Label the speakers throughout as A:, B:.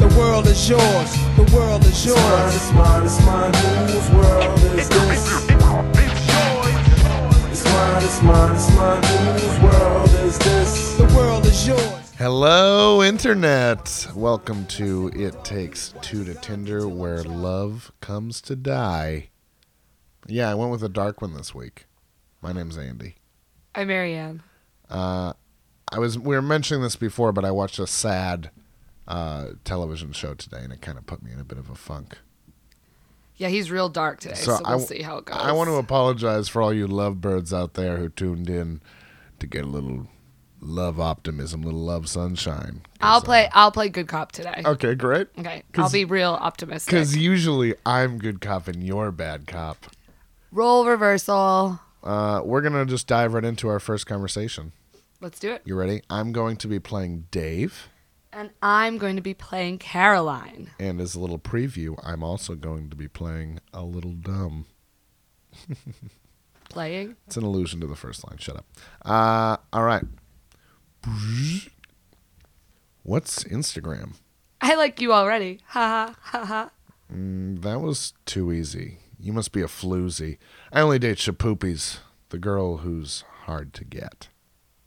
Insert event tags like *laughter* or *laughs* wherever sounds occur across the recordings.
A: is yours, the world is yours.
B: It's mine, it's mine, it's mine. Whose world is this? It's mine, it's mine, it's mine. Whose world is this?
A: The world is yours.
C: Hello, Internet. Welcome to It Takes Two to Tinder, where love comes to die. Yeah, I went with a dark one this week. My name's Andy.
D: I'm Marianne.
C: I was we were mentioning this before, but I watched a sad uh, television show today, and it kind of put me in a bit of a funk.
D: Yeah, he's real dark today, so, we'll see how it goes.
C: I want to apologize for all you lovebirds out there who tuned in to get a little love optimism, little love sunshine. 'Cause,
D: I'll
C: uh,
D: play. I'll play good cop today.
C: Okay, great.
D: Okay, I'll be real optimistic.
C: Because usually I'm good cop and you're bad cop.
D: Roll reversal.
C: Uh, we're gonna just dive right into our first conversation.
D: Let's do it.
C: You ready? I'm going to be playing Dave,
D: And I'm going to be playing Caroline.
C: and as a little preview, I'm also going to be playing a little dumb.
D: Playing.
C: It's an allusion to the first line. Shut up. Uh, all right. What's Instagram?
D: I like you already. Ha ha ha ha.
C: Mm, That was too easy. You must be a floozy. I only date Shapoopies, the girl who's hard to get.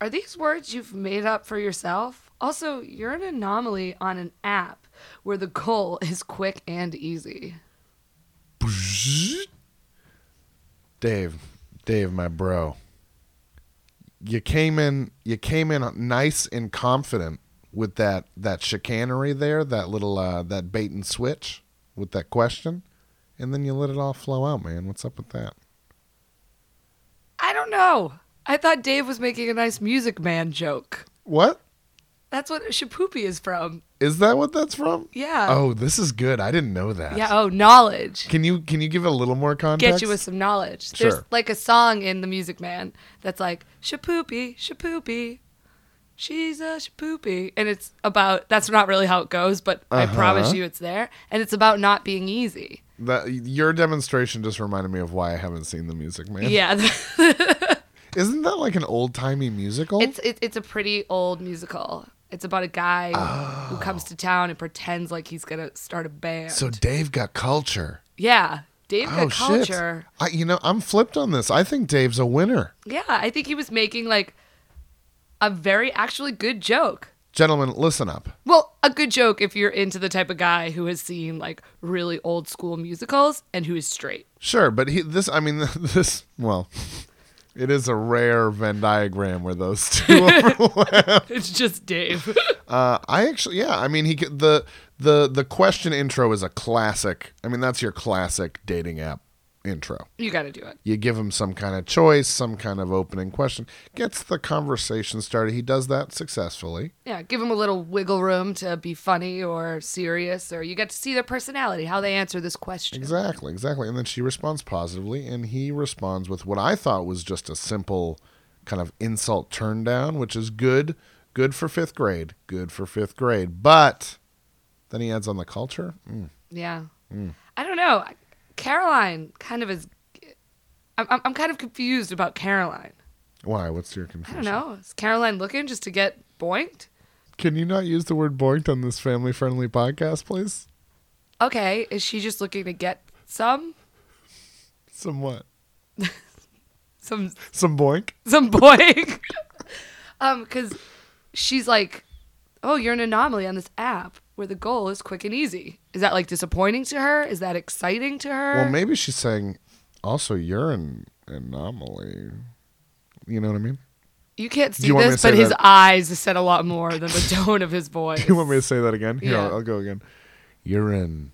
D: Are these words you've made up for yourself? Also, you're an anomaly on an app where the goal *laughs* is quick and easy.
C: Dave, Dave, my bro. You came in, you came in nice and confident with that that chicanery there, that little uh, that bait and switch with that question, and then you let it all flow out, man. What's up with that?
D: I don't know. I thought Dave was making a nice Music Man joke.
C: What
D: That's what Shapoopy is from.
C: is that? What that's from?
D: Yeah.
C: Oh, this is good. I didn't know that.
D: Uh, Yeah, oh, knowledge.
C: Can you can you give a little more context?
D: Get you with some knowledge.
C: Sure.
D: There's like a song in The Music Man that's like, Shapoopy, Shapoopy, she's a Shapoopy. And it's about, that's not really how it goes, but I
C: Uh-huh.
D: promise you it's there. And it's about not being easy.
C: That- your demonstration just reminded me of why I haven't seen the Music Man.
D: Yeah. *laughs*
C: Isn't that like an old timey musical?
D: it's, it, it's a pretty old musical. It's about a guy who comes to town and pretends like he's going to start a band.
C: Oh. so Dave got culture.
D: yeah. Dave got
C: oh
D: culture.
C: shit! I, you know, I'm flipped on this. I think Dave's a winner,
D: Yeah, I think he was making like a very actually good joke.
C: gentlemen. Listen up.
D: Well, a good joke if you're into the type of guy who has seen like really old school musicals and who is straight. *laughs*
C: Sure, but he, this. I mean, *laughs* this. Well, *laughs* it is a rare Venn diagram where those *laughs* two. Are.
D: It's just Dave. *laughs*
C: uh, I actually, yeah. I mean, he could- the the the question intro is a classic. I mean, that's your classic dating app intro.
D: you got to do it.
C: you give him some kind of choice, some kind of opening question, gets the conversation started. He does that successfully.
D: Yeah, give him a little wiggle room to be funny or serious, or you get to see their personality, how they answer this question.
C: Exactly, exactly. And then she responds positively, and he responds with what I thought was just a simple kind of insult turn down, which is good, good for fifth grade, good for fifth grade. But then he adds on the culture. Mm.
D: Yeah. I don't know. Caroline kind of is. I'm, I'm- I'm kind of confused about Caroline.
C: Why? What's your
D: I
C: confusion?
D: don't know. Is Caroline looking just to get boinked?
C: Can you not use the word boinked on this family friendly podcast, please?
D: Okay, is she just looking to get some?
C: Somewhat.
D: Some
C: Some boink?
D: some boing. *laughs* um, because she's like, oh, you're an anomaly on this app where the goal is quick and easy. Is that like disappointing to her? Is that exciting to her?
C: Well, maybe she's saying, also, you're an anomaly. You know what I mean?
D: you can't see
C: you want me
D: this,
C: to say
D: but his
C: that?
D: eyes said a lot more than the tone of his
C: *laughs*
D: voice.
C: You want me to say that again? Here,
D: Yeah.
C: I'll, I'll go again. You're an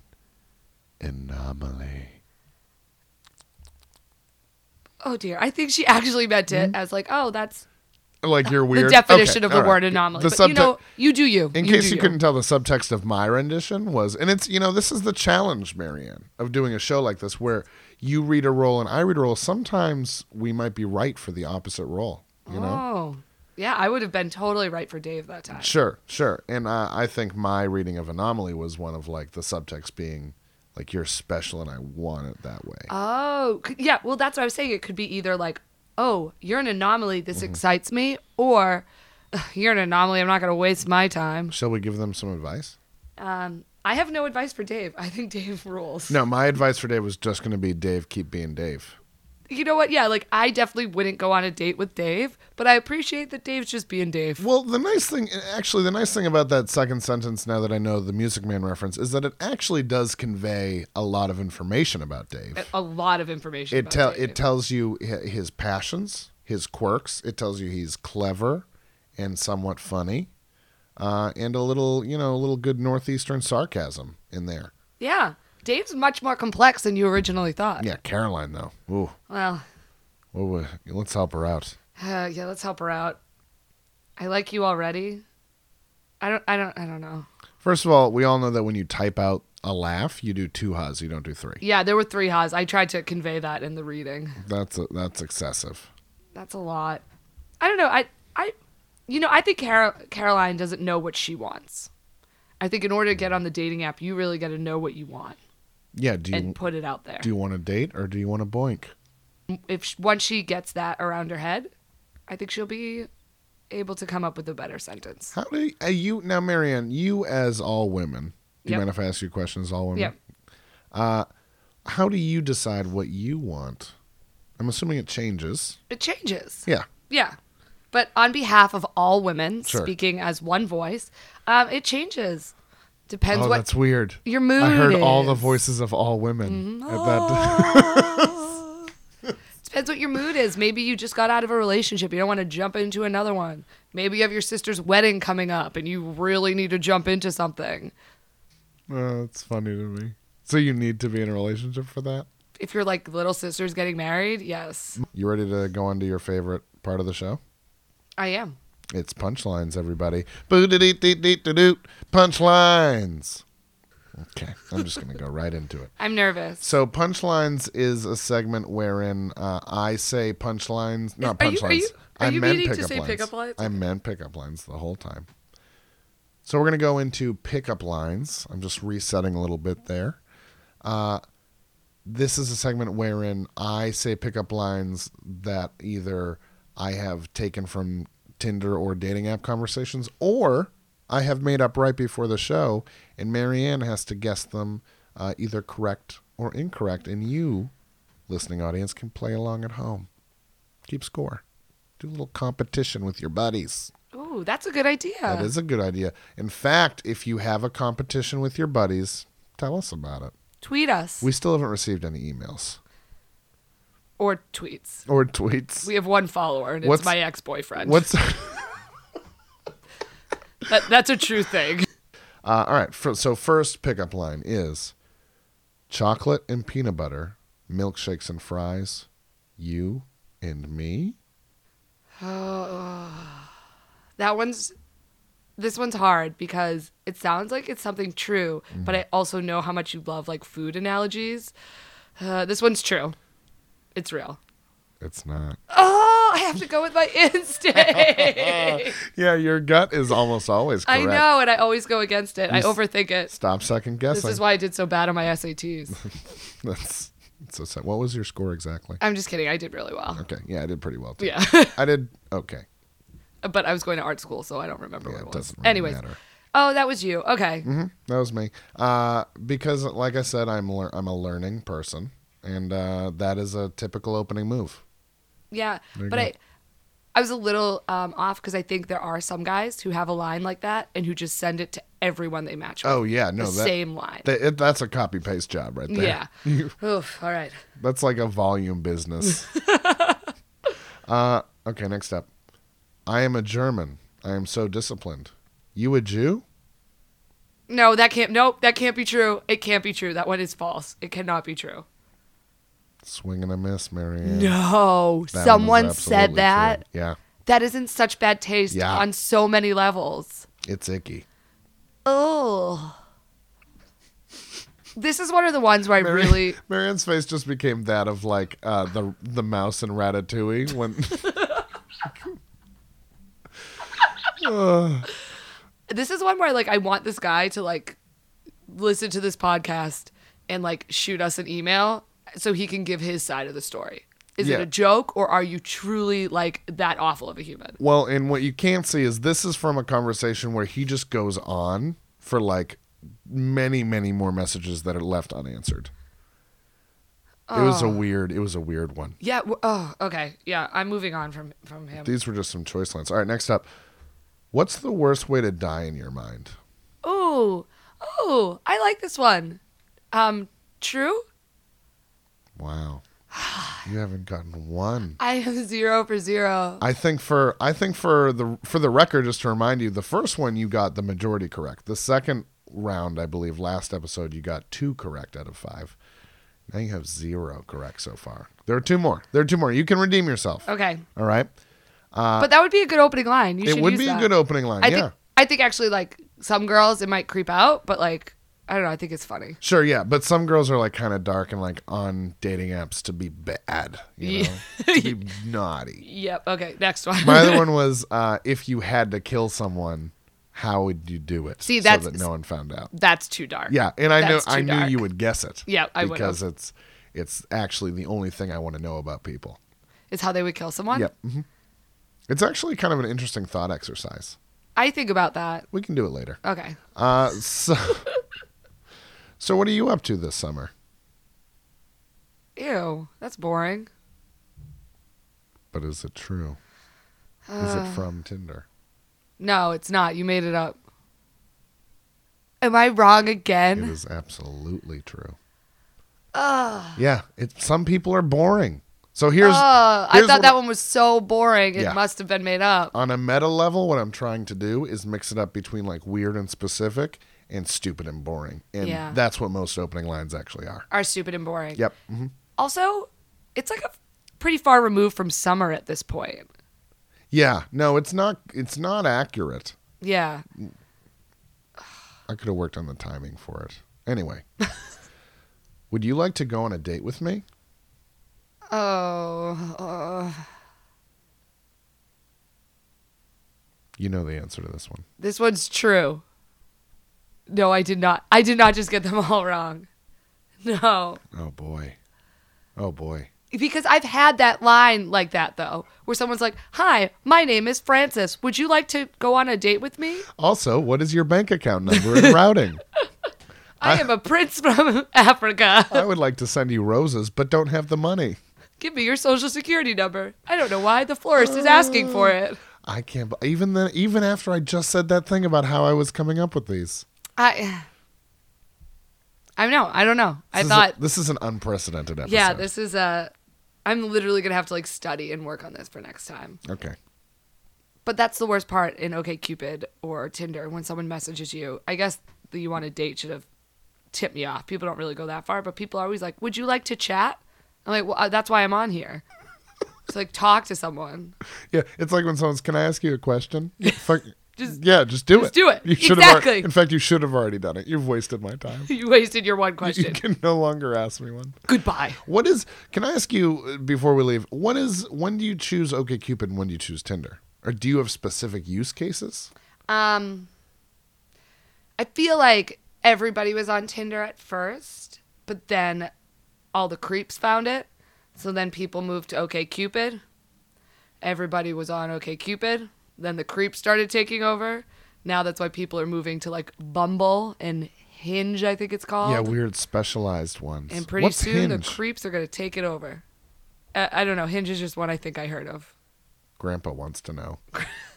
C: anomaly.
D: oh dear, I think she actually meant it as like, oh, that's
C: Like you're Hmm? weird.
D: the
C: Okay,
D: definition of the
C: all right.
D: word anomaly.
C: The
D: but
C: subte-
D: you know, you do you.
C: in
D: you
C: case
D: do
C: you couldn't tell, the subtext of my rendition was, and it's you know this is the challenge, Marianne, of doing a show like this where you read a role and I read a role. Sometimes we might be right for the opposite role. You know.
D: Oh, yeah, I would have been totally right for Dave that time.
C: Sure, sure. And uh, I think my reading of Anomaly was one of like the subtext being like you're special and I want it that way.
D: Oh, c- yeah. Well, that's what I was saying. It could be either like, oh, you're an anomaly. This
C: Mm-hmm.
D: excites me. *laughs* Or "Ugh, you're an anomaly. I'm not going to waste my time.
C: Shall we give them some advice?
D: Um, I have no advice for Dave. I think Dave rules.
C: No, my advice for Dave was just going to be Dave, keep being Dave.
D: You know what? Yeah, like I definitely wouldn't go on a date with Dave, but I appreciate that Dave's just being Dave.
C: Well, the nice thing, actually, the nice thing about that second sentence, now that I know the Music Man reference, is that it actually does convey a lot of information about Dave.
D: A lot of information.
C: It
D: about
C: tell
D: Dave.
C: it tells you hi- his passions, his quirks. It tells you he's clever and somewhat funny, uh, and a little you know a little good northeastern sarcasm in there.
D: yeah, Dave's much more complex than you originally thought.
C: Yeah, Caroline though. Ooh,
D: Well,
C: what would- let's help her out.
D: uh, yeah, let's help her out. I like you already. I don't. I don't. I don't know.
C: First of all, we all know that when you type out a laugh, you do two ha's, you don't do three.
D: Yeah, there were three ha's. I tried to convey that in the reading.
C: That's that's excessive.
D: That's a lot. I don't know. I I you know, I think Car- Caroline doesn't know what she wants. I think in order to get on the dating app, you really got to know what you want
C: Yeah. Do you
D: and put it out there.
C: do you want to date or do you want to boink?
D: if sh once she gets that around her head, I think she'll be able to come up with a better sentence.
C: How do you, uh, you now, Marianne? You as all women. Do you
D: Yep.
C: mind if I ask you questions, all women?
D: Yep.
C: How do you decide what you want? I'm assuming it changes.
D: It changes.
C: Yeah.
D: Yeah. But on behalf of all women
C: Sure.
D: speaking as one voice, um, it changes. Depends
C: oh,
D: what
C: that's weird.
D: your mood
C: I heard all the
D: is. Mm-hmm.
C: voices of all women. at that-
D: Oh. Depends what your mood is. Maybe you just got out of a relationship. You don't want to jump into another one. Maybe you have your sister's wedding coming up and you really need to jump into something.
C: *laughs* Oh, that's funny to me. So you need to be in a relationship for that.
D: If your like little sister's getting married, yes,
C: You ready to go on to your favorite part of the show?
D: I am.
C: It's punchlines, everybody. Boo doo doo doo doo doo doo. Punchlines. Okay, I'm just gonna go right into it.
D: I'm nervous.
C: So punchlines is a segment wherein uh, I say punchlines, not
D: Are you-
C: punchlines.
D: are you- are
C: I
D: you
C: meant
D: meaning to
C: pickup
D: say
C: lines.
D: pickup lines?
C: I meant pickup lines the whole time. So we're gonna go into pickup lines. I'm just resetting a little bit there. Uh, this is a segment wherein I say pickup lines that either I have taken from Tinder or dating app conversations, or I have made up right before the show, and Marianne has to guess them uh, either correct or incorrect, and you, listening audience, can play along at home. Keep score. Do a little competition with your buddies.
D: Ooh, that's a good idea.
C: That is a good idea. In fact, if you have a competition with your buddies, tell us about it.
D: Tweet us
C: We still haven't received any emails *laughs*
D: or tweets.
C: or tweets.
D: We have one follower and
C: What's-
D: it's my ex boyfriend.
C: What's *laughs* uh,
D: That, that's a true thing.
C: all right? For, so first pickup line is chocolate and peanut butter, milkshakes and fries, you and me.
D: That one's this one's hard because it sounds like it's something true, but
C: Mm-hmm.
D: I also know how much you love like food analogies. Uh, this one's true. It's real.
C: It's not.
D: Oh, I have to go with my *laughs* instinct.
C: Yeah, your gut is almost always correct.
D: *laughs* I know, and I always go against it. I
C: You s-
D: overthink it.
C: Stop second
D: This
C: guessing.
D: is why I did so bad on
C: *laughs*
D: my SATs.
C: That's, that's so sad. What was your score exactly?
D: I'm just kidding. I did really well.
C: Okay. Yeah, I did pretty well. Too.
D: Yeah. *laughs*
C: I did okay.
D: but I was going to art school, so I don't remember
C: Yeah,
D: what
C: it
D: it was.
C: doesn't really
D: Anyways.
C: matter.
D: Oh, that was you. Okay.
C: Mhm, That was me. Uh, because, like I said, I'm lear- I'm a learning person, and uh, that is a typical opening move.
D: Yeah,
C: you
D: but
C: go.
D: I, I was a little um, off because I think there are some guys who have a line like that and who just send it to everyone they match with.
C: Oh yeah, no,
D: the
C: that,
D: same line.
C: that- it, that's a copy paste job right there. *laughs*
D: yeah. Oof. All right.
C: that's like a volume
D: *laughs*
C: business. uh, okay, next up. I am a German. I am so disciplined. You a Jew?
D: No, that can't. Nope, that can't be true. It can't be true. That one is false. It cannot be true.
C: Swing and a miss, Marianne.
D: No,
C: That one is
D: someone said
C: absolutely
D: that.
C: true. Yeah,
D: That is in such bad taste
C: Yeah.
D: on so many levels.
C: it's icky.
D: Oh. This is one of the ones where I really.
C: *laughs* Marianne's face just became that of like uh, the the mouse in Ratatouille when. *laughs*
D: this is one where like I want this guy to like listen to this podcast and like shoot us an email so he can give his side of the story. Is it
C: Yeah.
D: a joke or are you truly like that awful of a human?
C: Well, and what you can't see is this is from a conversation where he just goes on for like many, many more messages that are left unanswered. It was a weird. It was a weird one.
D: Yeah. w- Oh, okay. Yeah, I'm moving on from from him.
C: These were just some choice lines. All right, next up. What's the worst way to die in your mind?
D: Oh, oh, I like this one. Um, true.
C: Wow. You haven't gotten one.
D: I am zero for zero.
C: I think for I think for the for the record, just to remind you, the first one you got the majority correct. The second round, I believe, last episode you got two correct out of five. Now you have zero correct so far. There are two more. There are two more. You can redeem yourself.
D: Okay,
C: All right.
D: but that would be a good opening line. You
C: uh, it
D: should
C: would
D: use
C: be
D: that.
C: a good opening line.
D: I
C: yeah.
D: think I think actually like some girls it might creep out, but like I don't know. I think it's funny.
C: Sure, yeah, but some girls are like kind of dark and like on dating apps to be bad, you know,
D: Yeah. *laughs*
C: to be naughty.
D: Yep. Okay. Next one.
C: My other one was uh, if you had to kill someone, how would you do it?
D: See, that's-
C: so that no one found out.
D: *laughs* That's too dark.
C: Yeah, and I know
D: That's
C: I
D: too
C: knew you
D: dark.
C: would guess it.
D: Yeah, I would've.
C: because it's it's actually the only thing I want to know about people.
D: Is how they would kill someone.
C: Yep, hmm it's actually kind of an interesting thought exercise.
D: I think about that.
C: We can do it later.
D: Okay.
C: Uh, so, *laughs* so what are you up to this summer?
D: Ew. That's boring.
C: But is it true? Is
D: Uh,
C: it from Tinder?
D: No, it's not. You made it up. Am I wrong
C: It
D: again?
C: is absolutely true. Yeah, it, some people are boring. So here's,
D: Ugh, Oh, I
C: here's
D: thought
C: what
D: that one was so boring. It
C: Yeah.
D: must have been made up.
C: on a meta level. What I'm trying to do is mix it up between like weird and specific and stupid and boring, and
D: Yeah.
C: that's what most opening lines actually are.
D: Are stupid and boring.
C: Yep. hmm
D: Also, it's like a pretty far removed from summer at this point.
C: Yeah. No, it's not. It's not accurate.
D: Yeah.
C: Mm. I could have worked on the timing for it. Anyway, would you like to go on a date with me?
D: Oh. uh,
C: You know the answer to this one.
D: this one's true. No, I did not. I did not just get them *laughs* all wrong. No.
C: Oh boy. Oh boy.
D: Because I've had that line like that though, where someone's like, "Hi, my name is Francis. Would you like to go on a date with me?
C: Also, what is your bank account number and routing?
D: I am a prince from *laughs* Africa.
C: I would like to send you roses, but don't have the money.
D: Give me your social security number. I don't know why the florist is asking
C: Uh,
D: for it.
C: I can't. b- Even then, even after I just said that thing about how I was coming up with these,
D: I I know. I don't know. I
C: This is a-
D: thought
C: this is an unprecedented episode.
D: yeah, this is a I'm literally going to have to like study and work on this for next time.
C: Okay.
D: But that's the worst part in OkCupid or Tinder when someone messages you. I guess the you want a date should have tipped me off. People don't really go that far, but people are always like, "Would you like to chat?" I'm like, "Well, uh, that's why I'm on here." It's like talk to someone. *laughs*
C: Yeah, it's like when someone's, "Can I ask you a question?" Yeah, fuck, just, yeah, just do
D: just
C: it.
D: do it.
C: You should have alre-
D: Exactly.
C: in fact, you should have already done it. You've wasted my time.
D: *laughs* You wasted your one
C: You
D: question.
C: can no longer ask me one.
D: Goodbye.
C: What is? Can I ask you uh, before we leave? What is? When do you choose OkCupid? and When do you choose Tinder? Or do you have specific use cases?
D: Um, I feel like everybody was on Tinder at first, but then all the creeps found it. So then people moved to OKCupid. Everybody was on OKCupid. Then the creeps started taking over. Now that's why people are moving to like Bumble and Hinge, I think it's called.
C: Yeah, weird specialized ones.
D: and pretty
C: What's
D: soon
C: Hinge?
D: the creeps are going to take it over. I-, I don't know. Hinge is just one I think I heard of.
C: Grandpa wants to *laughs* know.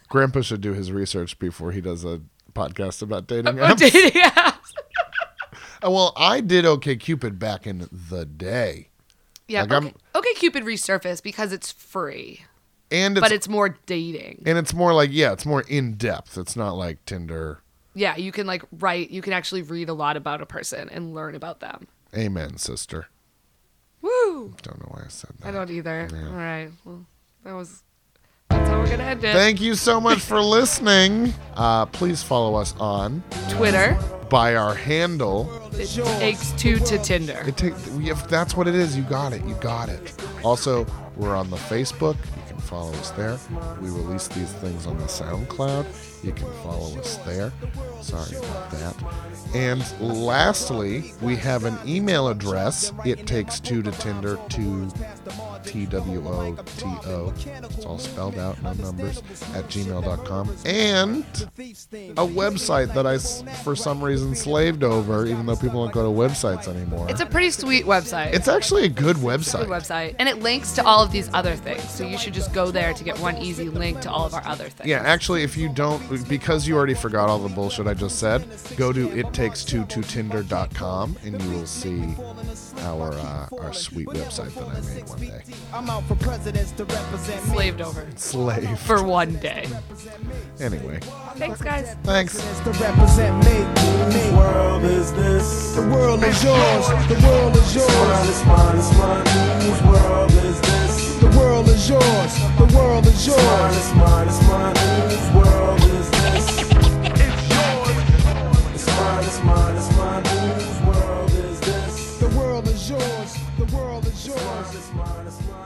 C: Grandpa should do his research before he does a podcast about dating
D: *laughs*
C: *laughs*
D: Oh,
C: apps.
D: dating apps.
C: Uh, well, I did OK Cupid back in the day,
D: Yeah,
C: Like,
D: okay. OkCupid resurfaced because it's free.
C: and it's,
D: but it's more dating.
C: and it's more like yeah, it's more in depth. It's not like Tinder.
D: yeah, you can like write, you can actually read a lot about a person and learn about them.
C: Amen, sister.
D: Woo!
C: Don't know why I said that.
D: I don't either.
C: Yeah.
D: All right. Well, that was that's how we're going to end it.
C: Thank you so much for listening. Uh, please follow us on
D: Twitter
C: by our handle.
A: world is yours.
D: takes two to Tinder.
C: It takes if that's what it is. You got it. You got it. Also, we're on the Facebook. You can follow us there. We release these things on the SoundCloud. You can follow us there. Sorry about that. And lastly, we have an email address. It takes two to Tinder to T W O T O. It's all spelled out, no numbers, at gmail.com. And a website that I, s- for some reason, slaved over, even though people don't go to websites anymore.
D: It's a pretty sweet website.
C: It's actually a good
D: Good
C: website.
D: website. And it links to all of these other things. So you should just go there to get one easy link to all of our other things.
C: Yeah, actually, if you don't, because you already forgot all the bullshit I just said, go to it takes two to tinder.com and you will see our uh, our sweet website that I made one day.
E: I'm out for presidents to represent me.
D: Slaved over
C: Slave.
D: for one day.
C: Anyway,
D: Thanks, guys.
C: thanks.
E: To represent me, me.
B: Whose world is this?
A: The world is yours. The world is
B: Mine
A: yours.
B: is mine is mine. Whose world is this?
A: The world is yours. The world is
B: Mine
A: yours.
B: is mine is mine. Whose world is this? It's mine is mine is mine. Whose world is this?
A: The world is yours. The world is yours.
B: Mine is mine is mine.